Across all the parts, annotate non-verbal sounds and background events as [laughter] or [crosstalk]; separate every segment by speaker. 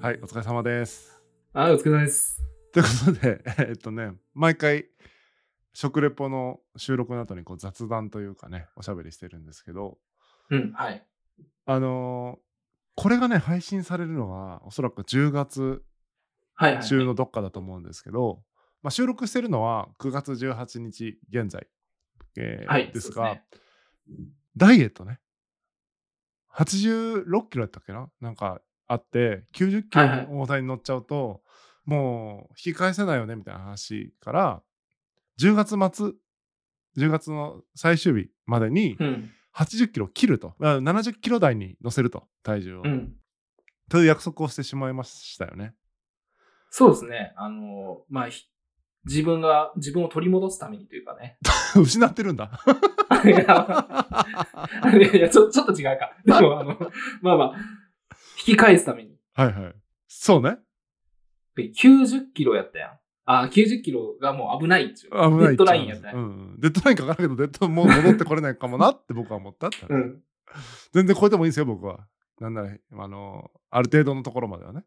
Speaker 1: はい、お疲れ様です。
Speaker 2: あ、お疲れ様です。
Speaker 1: ということで、 [laughs] えっとね、毎回、食レポの収録の後にこう雑談というかね、おしゃべりしてるんですけど、
Speaker 2: うん、はい。
Speaker 1: あのーこれがね、配信されるのは、おそらく10月
Speaker 2: はい、はい。
Speaker 1: 中のどっかだと思うんですけど、まあ、収録してるのは9月18日現在、えー
Speaker 2: はい
Speaker 1: です
Speaker 2: そう
Speaker 1: が
Speaker 2: で
Speaker 1: ダイエットね、86キロだったっけななんかあって、90キロ
Speaker 2: はいはい
Speaker 1: の大台に乗っちゃうと、もう引き返せないよねみたいな話から、10月末、10月の最終日までに
Speaker 2: うん、
Speaker 1: 80キロ切ると、だから70キロ台に乗せると、体重を。
Speaker 2: うん。
Speaker 1: という約束をしてしまいましたよね。 [laughs]
Speaker 2: そうですね。あの、まあ、ひ自分が、自分を取り戻すためにというかね。 [laughs]
Speaker 1: 失ってるんだ。
Speaker 2: いや、いやいやちょちょっと違うか。でも、あの、まあまあ、引き返すために。
Speaker 1: はいはい。そうね。
Speaker 2: で90キロやったやん。あ、90キロがもう危ないっちゅう。
Speaker 1: 危ない。
Speaker 2: デッドラインやった
Speaker 1: う
Speaker 2: ね。
Speaker 1: ん。デッドラインかかるけど、デッドもう戻ってこれないかもなって僕は思ったって話。
Speaker 2: うん。
Speaker 1: 全然超えてもいいんですよ、僕は。なんなら、あの、ある程度のところまではね。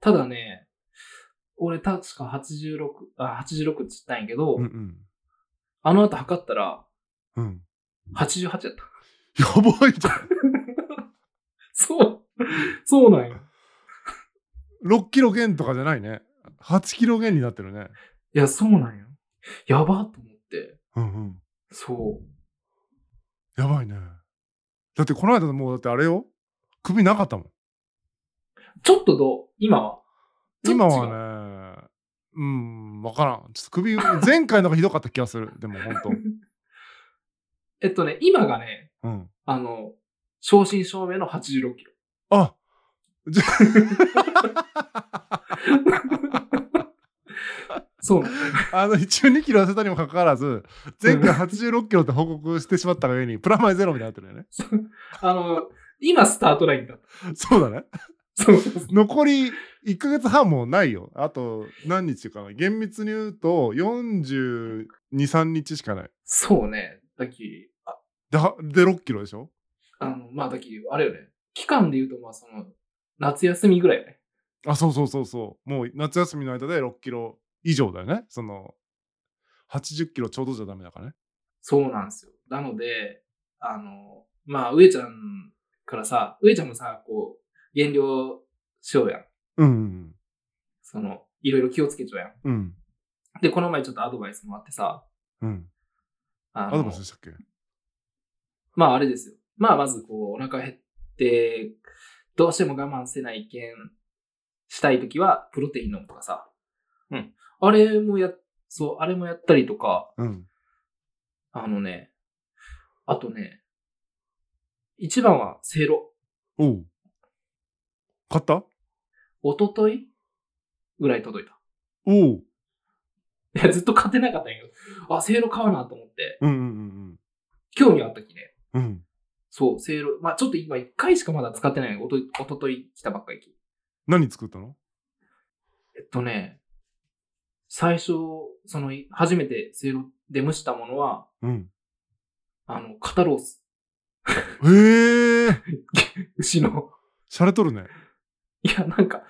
Speaker 2: ただね、俺確か86、あ、86って言ったんやけど、
Speaker 1: うんうん。
Speaker 2: あの後測ったら、
Speaker 1: うん。
Speaker 2: 88やった。
Speaker 1: やばいじゃん。
Speaker 2: そう。そうなんよ。
Speaker 1: 6キロ減とかじゃないね。8キロ減になってるね。
Speaker 2: いや、そうなんよ。やばと思って。
Speaker 1: うんうん。
Speaker 2: そう。
Speaker 1: やばいね。だってこの間もうだってあれよ。首なかったもん。
Speaker 2: ちょっとどう今は
Speaker 1: 今
Speaker 2: ちょっと違う
Speaker 1: はね、うん、わからん。ちょっと首、前回のがひどかった気がする。でも本
Speaker 2: えっとね、今がね、
Speaker 1: 当。うん。
Speaker 2: あの、正真正銘の86キロ。
Speaker 1: あじゃ
Speaker 2: そうなの。
Speaker 1: あの、一応2キロ痩せたにもかかわらず、前回86キロって報告してしまったがゆえに、プラマイゼロみたいになってるよね。
Speaker 2: あの、今スタートラインだっ
Speaker 1: [laughs] そうだね。
Speaker 2: た。そうそうそう。
Speaker 1: 残り1ヶ月半もないよ。あと何日かな。厳密に言うと、42、3日しかない。
Speaker 2: そうね。だっき、あ
Speaker 1: で、はで6キロでしょ
Speaker 2: あの、まあ、だっき、あれよね。期間で言うと、まあ、その、夏休みぐらいよね。
Speaker 1: あ、そうそうそうそう。もう夏休みの間で6キロ以上だよね。その、80キロちょうどじゃダメだからね。
Speaker 2: そうなんですよ。なので、あの、まあ、上ちゃんからさ、上ちゃんもさ、こう、減量しようやん。
Speaker 1: うん
Speaker 2: その、いろいろ気をつけちゃうやん。
Speaker 1: うんうん。うん。
Speaker 2: で、この前ちょっとアドバイスもらってさ、
Speaker 1: うん。
Speaker 2: あ
Speaker 1: アドバイ
Speaker 2: の
Speaker 1: ス、したっけ
Speaker 2: まああれですよ。まあまずこう、お腹減って、どうしても我慢せないけん、したいときは、プロテイン飲むとかさ。うん。あれもや、そう、あれもやったりとか、
Speaker 1: うん。
Speaker 2: あのね、あとね、一番は、せいろ。
Speaker 1: おう。買った
Speaker 2: おとといぐらい届いた。
Speaker 1: おう。
Speaker 2: いや、ずっと買ってなかったんやけど、あ、せいろ買うなと思って、
Speaker 1: うんうん
Speaker 2: 興味あったきね。
Speaker 1: うんうん。うん。
Speaker 2: そう、せいろ、まあちょっと今一回しかまだ使ってないのおと、おととい来たばっかり。
Speaker 1: 何作ったの
Speaker 2: えっとね、最初、その、い初めてせいろで蒸したものは、
Speaker 1: うん。
Speaker 2: あの、肩ロース。
Speaker 1: へえ。
Speaker 2: 牛の。
Speaker 1: 洒落とるね。
Speaker 2: いや、なんか、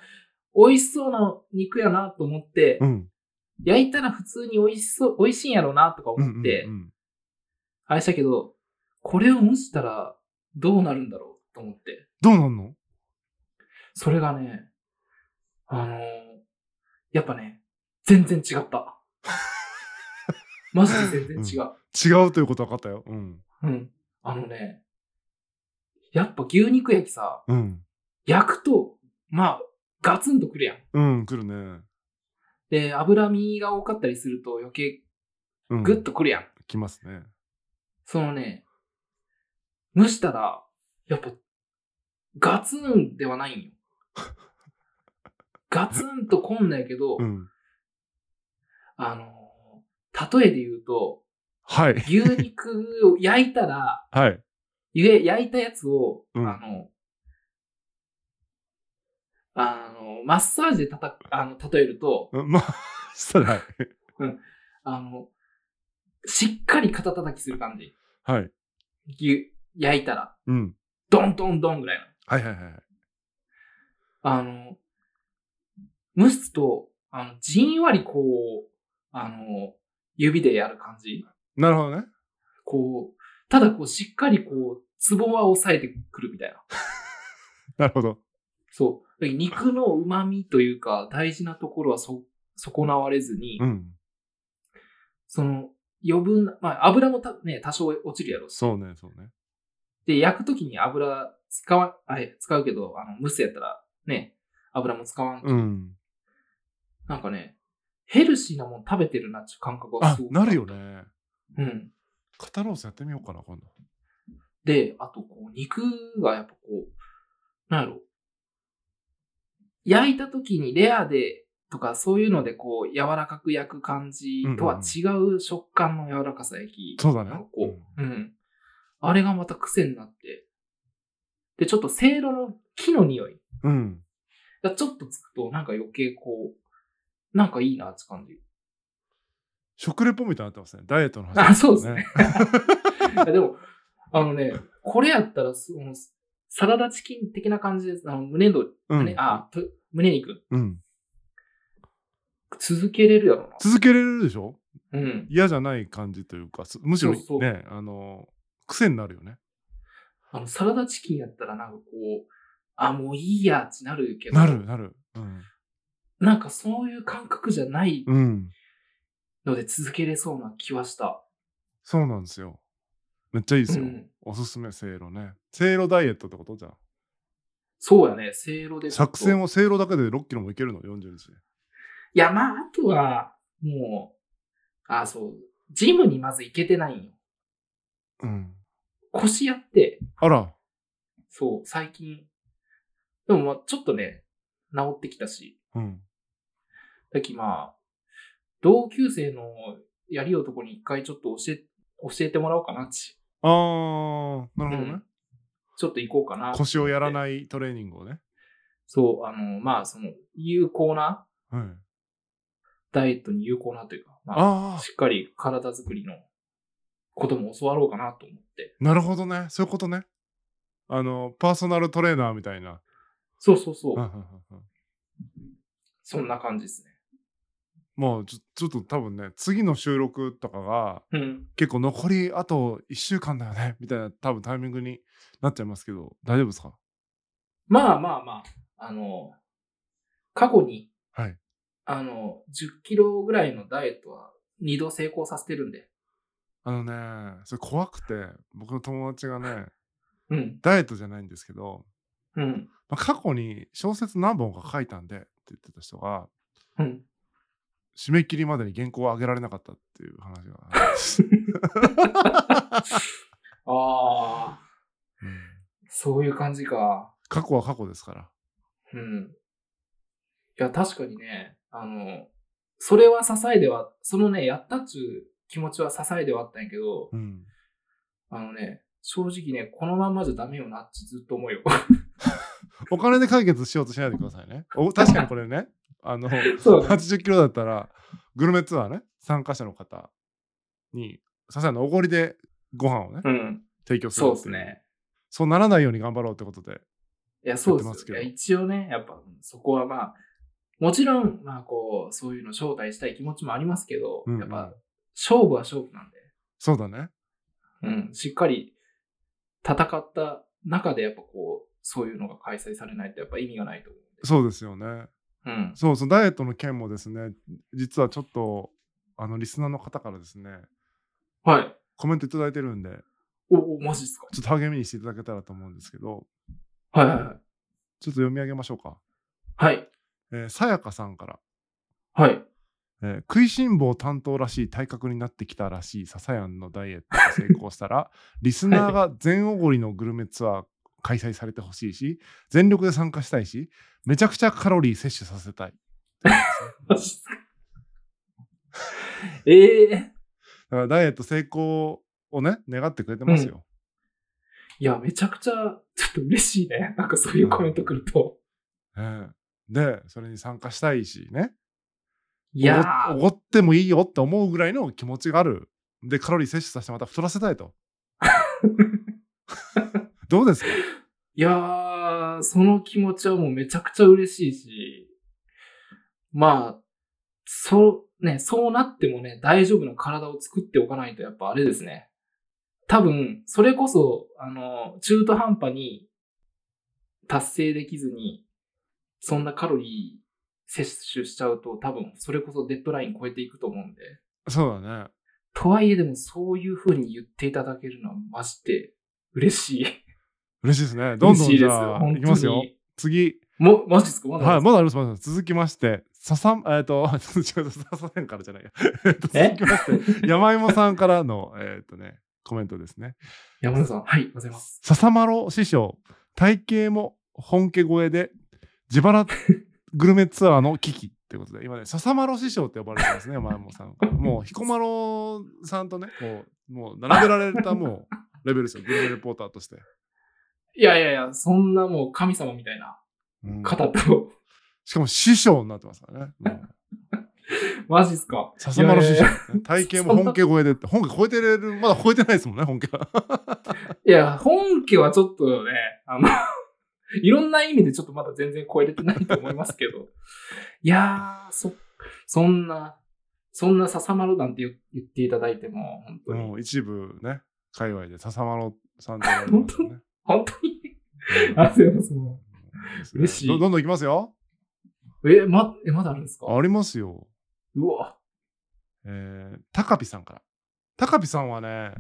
Speaker 2: 美味しそうな肉やなと思って、
Speaker 1: うん。
Speaker 2: 焼いたら普通に美味しそう、美味しいんやろうなとか
Speaker 1: うん
Speaker 2: 思っ
Speaker 1: うん
Speaker 2: て、
Speaker 1: うん。
Speaker 2: あれしたけど、これを蒸したらどうなるんだろうと思って。
Speaker 1: どうなんの
Speaker 2: それがね、あのーやっぱね、全然違
Speaker 1: [laughs]
Speaker 2: った。マジで全然違う。
Speaker 1: 違うということ分かったよ。うん。
Speaker 2: うん。あのね、やっぱ牛肉焼きさ、
Speaker 1: うん。
Speaker 2: 焼くと、まあ、ガツンとくるやん。
Speaker 1: うん、来るね。
Speaker 2: で、脂身が多かったりすると余計
Speaker 1: うん。
Speaker 2: グッとくるやん。
Speaker 1: 来ますね。
Speaker 2: そのね、蒸したら、やっぱ、ガツンではない
Speaker 1: [laughs]
Speaker 2: んよ。ガツンとこんないけど、
Speaker 1: うん。
Speaker 2: あのー、例えで言うと、
Speaker 1: はい。
Speaker 2: 牛肉を焼いたら、
Speaker 1: はい。
Speaker 2: ゆえ、焼いたやつを、
Speaker 1: うん
Speaker 2: あの、あの、マッサージでたた、あの、例えると、
Speaker 1: うんまあ、 [laughs] したらはい。
Speaker 2: あの、しっかり肩叩きする感じ。
Speaker 1: はい。
Speaker 2: 牛、焼いたら、
Speaker 1: うん。
Speaker 2: ドンドンドンぐらいの。
Speaker 1: はいはいはいはい。
Speaker 2: あの、蒸すと、あの、じんわりこう、あの、指でやる感じ。
Speaker 1: なるほどね。
Speaker 2: こう、ただこう、しっかりこう、ツボは押さえてくるみたいな。
Speaker 1: なるほど。
Speaker 2: そう。肉の旨味というか、大事なところはそ、損なわれずに、
Speaker 1: うん。
Speaker 2: その、余分な、まあ、油もたね、多少落ちるやろうし。
Speaker 1: そうね、そうね。
Speaker 2: で、焼くときに油使わ、あえ使うけど、あの、蒸すやったら、ね、油も使わんけど、
Speaker 1: うん。
Speaker 2: なんかね、ヘルシーなもん食べてるなっていう感覚が
Speaker 1: あ
Speaker 2: すご、く
Speaker 1: なるよ。ね。
Speaker 2: うん。
Speaker 1: 肩ロースやってみようかな、今度。
Speaker 2: で、あと、こう、肉がやっぱこう、なんやろ。焼いた時にレアで、とかそういうのでこう、柔らかく焼く感じとは違う食感の柔らかさ焼き。
Speaker 1: そうだね
Speaker 2: なんかこう、うん。あれがまた癖になって。で、ちょっとせいろの木の匂い
Speaker 1: うん。
Speaker 2: がちょっとつくと、なんか余計こう、なんかいいなって感じ。
Speaker 1: 食レポみたいになってますね。ダイエットの話、
Speaker 2: あそうですね。いやで [laughs] も、あのね、これやったら、その、サラダチキン的な感じです。あの、胸の、
Speaker 1: う
Speaker 2: 胸
Speaker 1: ん。
Speaker 2: あ、と胸肉。
Speaker 1: うん。
Speaker 2: 続けれるやろ
Speaker 1: 続けれるでしょ
Speaker 2: な。うん。
Speaker 1: 嫌じゃない感じというか、すむしろね、
Speaker 2: そうそう
Speaker 1: あの、癖になるよね。
Speaker 2: あの、サラダチキンやったらなんかこう、あ、もういいやってなるけど。
Speaker 1: なる、。なる。うん。
Speaker 2: なんかそういう感覚じゃない
Speaker 1: うん。
Speaker 2: ので続けれそうな気はした。
Speaker 1: そうなんですよ。めっちゃいいですよ。
Speaker 2: うん
Speaker 1: おすすめ、せいろね。せいろダイエットってことじゃん。
Speaker 2: そうやね、せいろでちょっと。
Speaker 1: 作戦をせいろだけで6キロもいけるの、40日で。
Speaker 2: いや、まあ、あとは、もう、あ、そう、ジムにまず行けてないんよ。
Speaker 1: うん。
Speaker 2: 腰やって、
Speaker 1: あら、
Speaker 2: そう、最近。でもまあ、ちょっとね、治ってきたし。
Speaker 1: うん。
Speaker 2: だきまあ、同級生のやりようとこに一回ちょっと教え、教えてもらおうかなっち。
Speaker 1: あー、なるほどね。
Speaker 2: うんちょっと行こうかな。
Speaker 1: 腰をやらないトレーニングをね。
Speaker 2: そう、あの、まあ、その、有効な、
Speaker 1: はい、
Speaker 2: ダイエットに有効なというか、まあ、
Speaker 1: あ
Speaker 2: しっかり体づくりのことも教わろうかなと思って。
Speaker 1: ー、なるほどね。そういうことね。あの、パーソナルトレーナーみたいな。
Speaker 2: そうそうそう。
Speaker 1: うんうんうんうん
Speaker 2: そんな感じですね。
Speaker 1: もうちょ、ちょっと多分ね、次の収録とかが、
Speaker 2: うん。
Speaker 1: 結構残りあと1週間だよね、 [laughs] みたいな多分タイミングになっちゃいますけど、大丈夫ですか
Speaker 2: まあまあまあ、あの、過去に、
Speaker 1: はい
Speaker 2: あの、10キロぐらいのダイエットは2度成功させてるんで。
Speaker 1: あのね、それ怖くて、僕の友達がね、
Speaker 2: うん。
Speaker 1: ダイエットじゃないんですけど、
Speaker 2: うん。
Speaker 1: まあ過去に小説何本か書いたんでって言ってた人が、
Speaker 2: うん。
Speaker 1: 締め切りまでに原稿を上げられなかったっていう話が。
Speaker 2: ああ、
Speaker 1: うん
Speaker 2: そういう感じか。
Speaker 1: 過去は過去ですから。
Speaker 2: うん。いや、確かにね、あの、それは支えでは、そのね、やったっちゅう気持ちは支えではあったんやけど、
Speaker 1: うん。
Speaker 2: あのね、正直ね、このまんまじゃダメよなってずっと思うよ。
Speaker 1: お金で解決しようとしないでくださいね。お確かにこれね、あの、
Speaker 2: そうだね。
Speaker 1: 80キロだったら、グルメツアーね、参加者の方に、ささいなおごりでご飯をね、
Speaker 2: うん。
Speaker 1: 提供するっ
Speaker 2: そう
Speaker 1: てい
Speaker 2: です。ね。
Speaker 1: そうならないように頑張ろうってことで。
Speaker 2: いや、そ
Speaker 1: や
Speaker 2: う
Speaker 1: ってま
Speaker 2: ですす
Speaker 1: け
Speaker 2: よ。
Speaker 1: ど
Speaker 2: いや、一応ね、やっぱ、そこはまあ、もちろん、まあ、こう、そういうの招待したい気持ちもありますけど、
Speaker 1: うんうん
Speaker 2: やっぱ、勝負は勝負なんで。
Speaker 1: そうだね。
Speaker 2: うん、しっかり戦った中でやっぱこう、そういうのが開催されないとやっぱ意味がないと思
Speaker 1: そうですよね。
Speaker 2: うんで。
Speaker 1: そうそう、ダイエットの件もですね、実はちょっと、あの、リスナーの方からですね、
Speaker 2: うん。はい。
Speaker 1: コメントいただいてるんで、
Speaker 2: お、お、マジっすか
Speaker 1: ちょっと励みにしていただけたらと思うんですけど、
Speaker 2: はいはいは
Speaker 1: ち
Speaker 2: い。
Speaker 1: ょっと読み上げましょうか。
Speaker 2: はい。
Speaker 1: えーさやかさんから、
Speaker 2: はい。
Speaker 1: えー食いしん坊担当らしい体格になってきたらしいササヤンのダイエットが成功した
Speaker 2: [laughs]
Speaker 1: らリスナーが全おごりのグルメツアー開催されてほしいし全力で参加したいしめちゃくちゃカロリー摂取させたい
Speaker 2: マジっすか [laughs] ええ
Speaker 1: だからダイエット成功をね願ってくれてますよ、
Speaker 2: いや、めちゃくちゃ、ちょっと嬉しいね。なんかそういうコメント来ると。
Speaker 1: ええでそれに参加したいしね
Speaker 2: いや
Speaker 1: お
Speaker 2: ー、
Speaker 1: ごおごってもいいよって思うぐらいの気持ちがあるで
Speaker 2: [laughs]
Speaker 1: カロリー摂取させてまた太らせたいとどうですか [laughs]
Speaker 2: いやー、その気持ちはもうめちゃくちゃ嬉しいし、まあ、そう、ね、そうなってもね、大丈夫な体を作っておかないと、やっぱあれですね。多分、それこそ、あの、中途半端に達成できずに、そんなカロリー摂取しちゃうと、多分、それこそデッドライン超えていくと思うんで。
Speaker 1: そうだね。
Speaker 2: とはいえ、でも、そういう風に言っていただけるのは、マジで、嬉しい。
Speaker 1: 嬉しいですね。どんどん
Speaker 2: 嬉しい
Speaker 1: じ
Speaker 2: です
Speaker 1: ゃ
Speaker 2: よ。
Speaker 1: あ
Speaker 2: 本
Speaker 1: いきます
Speaker 2: 当
Speaker 1: よ
Speaker 2: に。。
Speaker 1: 次。
Speaker 2: も、マジですかまだ
Speaker 1: はい、
Speaker 2: ですか
Speaker 1: まだあります、まだあります続きまして、ささん、えっ、と、 [laughs] 違う、ささんからじゃないや。 [laughs] えっと
Speaker 2: え
Speaker 1: 続きまして、山芋さんからの、えっ、とね、コメントですね。
Speaker 2: 山田さん。はい、ございます。
Speaker 1: 笹丸師匠、体型も本家超えで、自腹グルメツアーの危機ってことで、今ね、笹丸師匠って呼ばれてますね、山芋さんから。もう、彦摩呂さんとね、こう、もう、並べられたもう、レベルですよ、グルメレポーターとして。
Speaker 2: いやいやいや、そんなもう神様みたいな
Speaker 1: うん
Speaker 2: 方と、 [laughs]
Speaker 1: しかも師匠になってますからね。もう
Speaker 2: マジっすか
Speaker 1: 笹丸師
Speaker 2: いや
Speaker 1: 匠、体型も本家超えでって、本家超えてれる、まだ超えてないですもんね、
Speaker 2: [laughs]
Speaker 1: 本家は。
Speaker 2: いやいや、本家はちょっとね、あの、 [laughs] いろんな意味でちょっとまだ全然超えれてないと思いますけど、 [laughs] いやー、そ、そんな、そんな笹丸なんて言言っていただいても、本当に、
Speaker 1: うん一部ね、界隈
Speaker 2: [laughs]
Speaker 1: で笹丸さんと呼ばれてますよね。
Speaker 2: 本当に、 [laughs] ありがとうございます。も
Speaker 1: 嬉
Speaker 2: 嬉しい
Speaker 1: どどんどんいきますよ。
Speaker 2: うえ、ま、え、まだあるんですか
Speaker 1: ありますよ。
Speaker 2: うわ、
Speaker 1: えー、高ピさんから。高ピさんはね、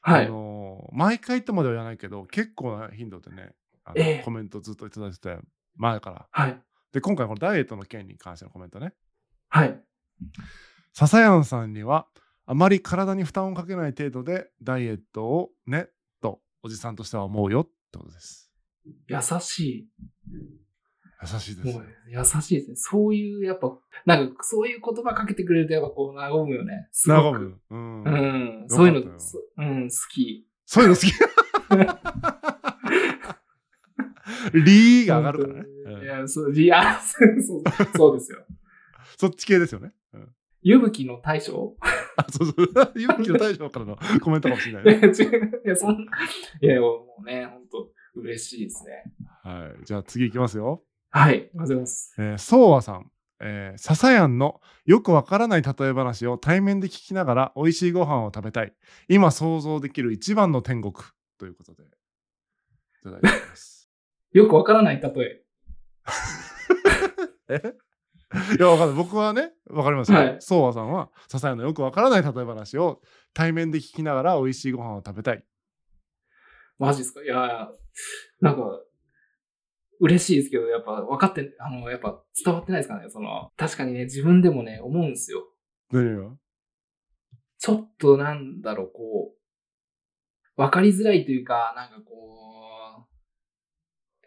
Speaker 2: はい
Speaker 1: あ。のー毎回とまでは言わないけど、結構な頻度でね、あの
Speaker 2: ええ
Speaker 1: コメントずっといただいてて、前から。
Speaker 2: はい。
Speaker 1: で、今回このダイエットの件に関してのコメントね。
Speaker 2: はい。
Speaker 1: 笹谷さんにはあまり体に負担をかけない程度でダイエットをねとおじさんとしては思うよってことです
Speaker 2: 優しい。
Speaker 1: 優しいです
Speaker 2: もう優しいですね。そういう、やっぱ、なんか、そういう言葉かけてくれると、やっぱこう、和むよね。す
Speaker 1: 和
Speaker 2: ごく。
Speaker 1: む、うん
Speaker 2: うん。
Speaker 1: よ
Speaker 2: そういう
Speaker 1: かったよ
Speaker 2: の、すうん、好き。
Speaker 1: そういうの好きリーが上がるからね、
Speaker 2: い
Speaker 1: うん
Speaker 2: や、そう、いや、 [laughs] そう、そうそうで
Speaker 1: [laughs]
Speaker 2: すよ。
Speaker 1: そっち系ですよね、うん
Speaker 2: 湯吹の大将
Speaker 1: あそうそう [laughs] ゆきの大将からのコメントかもしれない
Speaker 2: い
Speaker 1: ね、
Speaker 2: や、違う。 [laughs] いや、そんな、いや、もうね、本当嬉しいですね。
Speaker 1: はい、じゃあ次いきますよ
Speaker 2: はい、ありがとうございます。
Speaker 1: えー、そうわさん、えー、ササヤンのよくわからない例え話を対面で聞きながら美味しいご飯を食べたい今想像できる一番の天国ということでいただいております
Speaker 2: [laughs] よくわからない例え。
Speaker 1: えいやわかんない僕はねわかりますよ、
Speaker 2: はい
Speaker 1: そうわさんはササヤンのよくわからない例え話を対面で聞きながら美味しいご飯を食べたい
Speaker 2: マジですかいや、なんか、嬉しいですけど、やっぱ分かって、あの、やっぱ伝わってないですかねその、確かにね、自分でもね、思うんですよ。
Speaker 1: 何が
Speaker 2: ちょっとなんだろう、こう、わかりづらいというか、なんかこう、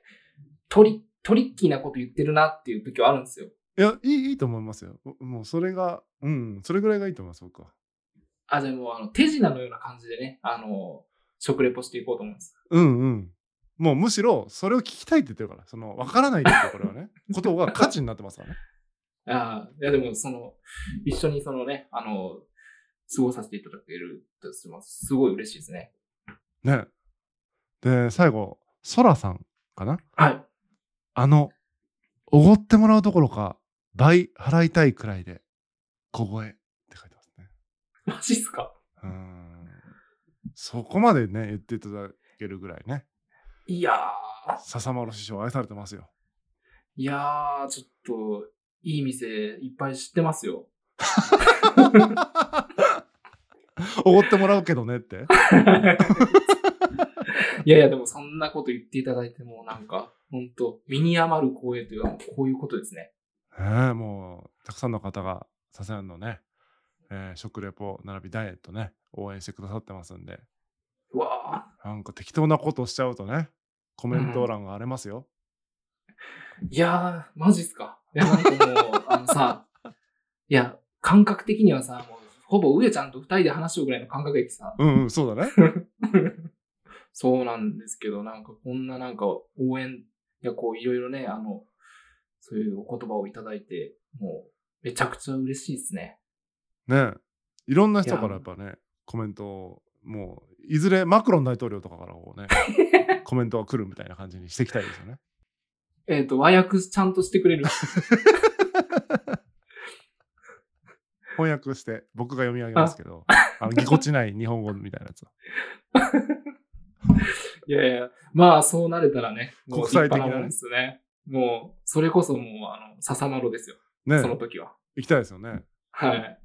Speaker 2: トリ、トリッキーなこと言ってるなっていう時はあるんですよ。
Speaker 1: いやいいいいと思いますよももうそれがうんそれぐらいがいいと思います僕は
Speaker 2: あ、でも、あの、手品のような感じでね、あの、食レポしていこうと思うんです。
Speaker 1: うんうん。もうむしろそれを聞きたいって言ってるから、その分からないっていうこれはね、ことが価値になってますからね。
Speaker 2: あーいや、でも、その、一緒にそのね、あの、過ごさせていただけるとすますすごい嬉しいですね。
Speaker 1: ね。で、最後、ソラさんかな
Speaker 2: はい。 [laughs]
Speaker 1: あの、おごってもらうどころか、倍払いたいくらいで、小声って書いてますね。
Speaker 2: マジっすか
Speaker 1: うーん。そこまでね、言っていただけるぐらいね、
Speaker 2: いやー、
Speaker 1: 笹丸師匠愛されてますよ。
Speaker 2: いやー、ちょっと、いい店いっぱい知ってますよ。
Speaker 1: おごってもらうけどねって。 [laughs]
Speaker 2: いやいや、でもそんなこと言っていただいても、なんか、ほんと、身に余る光栄というか、もうこういうことですね。
Speaker 1: ねえもうたくさんの方がササヤンのね、えー食レポ並びダイエットね応援してくださってますんで
Speaker 2: うわ
Speaker 1: なんか適当なことしちゃうとねコメント欄が荒れますよ、
Speaker 2: ーいやー、マジっすか。いや、なんかもう、あのさ、 [laughs] いや、感覚的にはさ、もう、ほぼ上ちゃんと二人で話しようぐらいの感覚でさ、
Speaker 1: うん、うんそうだね
Speaker 2: そうなんですけど、なんかこんななんか応援、いや、こういろいろね、あの、そういうお言葉をいただいて、もう、めちゃくちゃ嬉しいですね。
Speaker 1: ねえいろんな人
Speaker 2: [laughs]
Speaker 1: からやっぱねコメントをもういずれマクロン大統領とかからこうねココメントが来るみたいな感じにしていきたいですよね。
Speaker 2: えっ、と、和訳ちゃんとしてくれる。
Speaker 1: 翻訳して僕が読み上げますけど、あのぎこちない日本語みたいなやつを。
Speaker 2: いやいや、まあそうなれたらね、もう
Speaker 1: 国際的なね
Speaker 2: 立派もんですね。もう、それこそもう、あの、笹丸ですよ。
Speaker 1: ね
Speaker 2: その時は。
Speaker 1: 行きたいですよね。
Speaker 2: はい。
Speaker 1: っ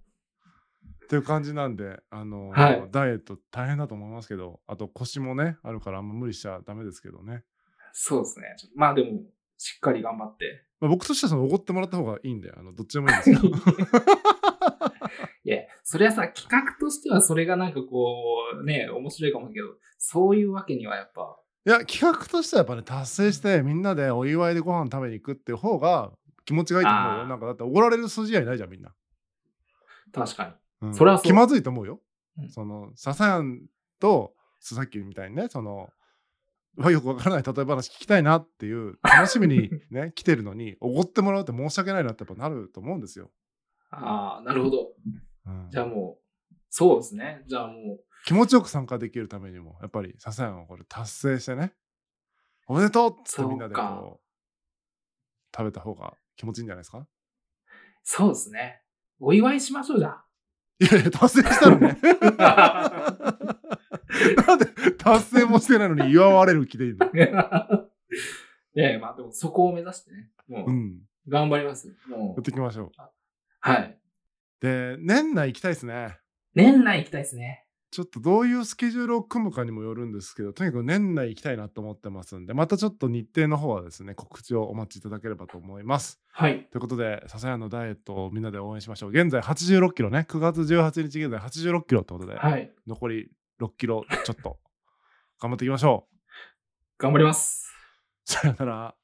Speaker 1: ていう感じなんで、あの
Speaker 2: はい
Speaker 1: ダイエット大変だと思いますけど、あと腰もね、あるからあんま無理しちゃダメですけどね。
Speaker 2: そうですね。ちょまあでも、しっかり頑
Speaker 1: [laughs]
Speaker 2: 張って。
Speaker 1: まあ、僕としてはその奢ってもらった方がいいんで、あのどっちでもいいんですけど。
Speaker 2: いや、それはさ、企画としてはそれがなんかこう、ね、面白いかもだけど、そういうわけにはやっぱ、
Speaker 1: いや、企画としてはやっぱね、達成してみんなでお祝いでご飯食べに行くっていう方が気持ちがいいと思う
Speaker 2: あ
Speaker 1: よ。
Speaker 2: ー
Speaker 1: なんかだって怒られる筋合いないじゃん、みんな。
Speaker 2: 確か
Speaker 1: うん
Speaker 2: それはそう
Speaker 1: 気まずいと思うよ。
Speaker 2: うん
Speaker 1: その、笹やんと、さっきみたいにね、その、まあよくわからない例え話聞きたいなっていう、楽しみに
Speaker 2: [laughs]
Speaker 1: ね、来てるのに、おごってもらうって申し訳ないなってやっぱなると思うんですよ。
Speaker 2: に。ああ、なるほど。
Speaker 1: うん
Speaker 2: じゃあもう、そうですね。じゃあも
Speaker 1: 気持ちよく参加できるためにも、やっぱり笹やんはこれ達成してね、おめでとうってみんなで
Speaker 2: そう
Speaker 1: こう、食べた方が気持ちいいんじゃないですか
Speaker 2: う、そうですね。お祝いしましょうじゃあ。
Speaker 1: いやいや、達成したのね。なんで達成もしてないのに祝われる気でいいの
Speaker 2: [laughs] いやいや、まあでもそこを目指してね、も
Speaker 1: う。
Speaker 2: うん頑張ります。も
Speaker 1: や
Speaker 2: う
Speaker 1: っていきましょう。
Speaker 2: はい。
Speaker 1: で、年内行きたいですね。
Speaker 2: 年内行きたいですね。
Speaker 1: ちょっとどういうスケジュールを組むかにもよるんですけど、とにかく年内行きたいなと思ってますんで、またちょっと日程の方はですね、告知をお待ちいただければと思います。
Speaker 2: はい。
Speaker 1: ということで、笹谷のダイエットをみんなで応援しましょう。現在86キロね、9月18日現在86キロってことで、
Speaker 2: はい。
Speaker 1: 残り6キロちょっと、頑張っていきましょう。
Speaker 2: 頑張ります。
Speaker 1: さよなら。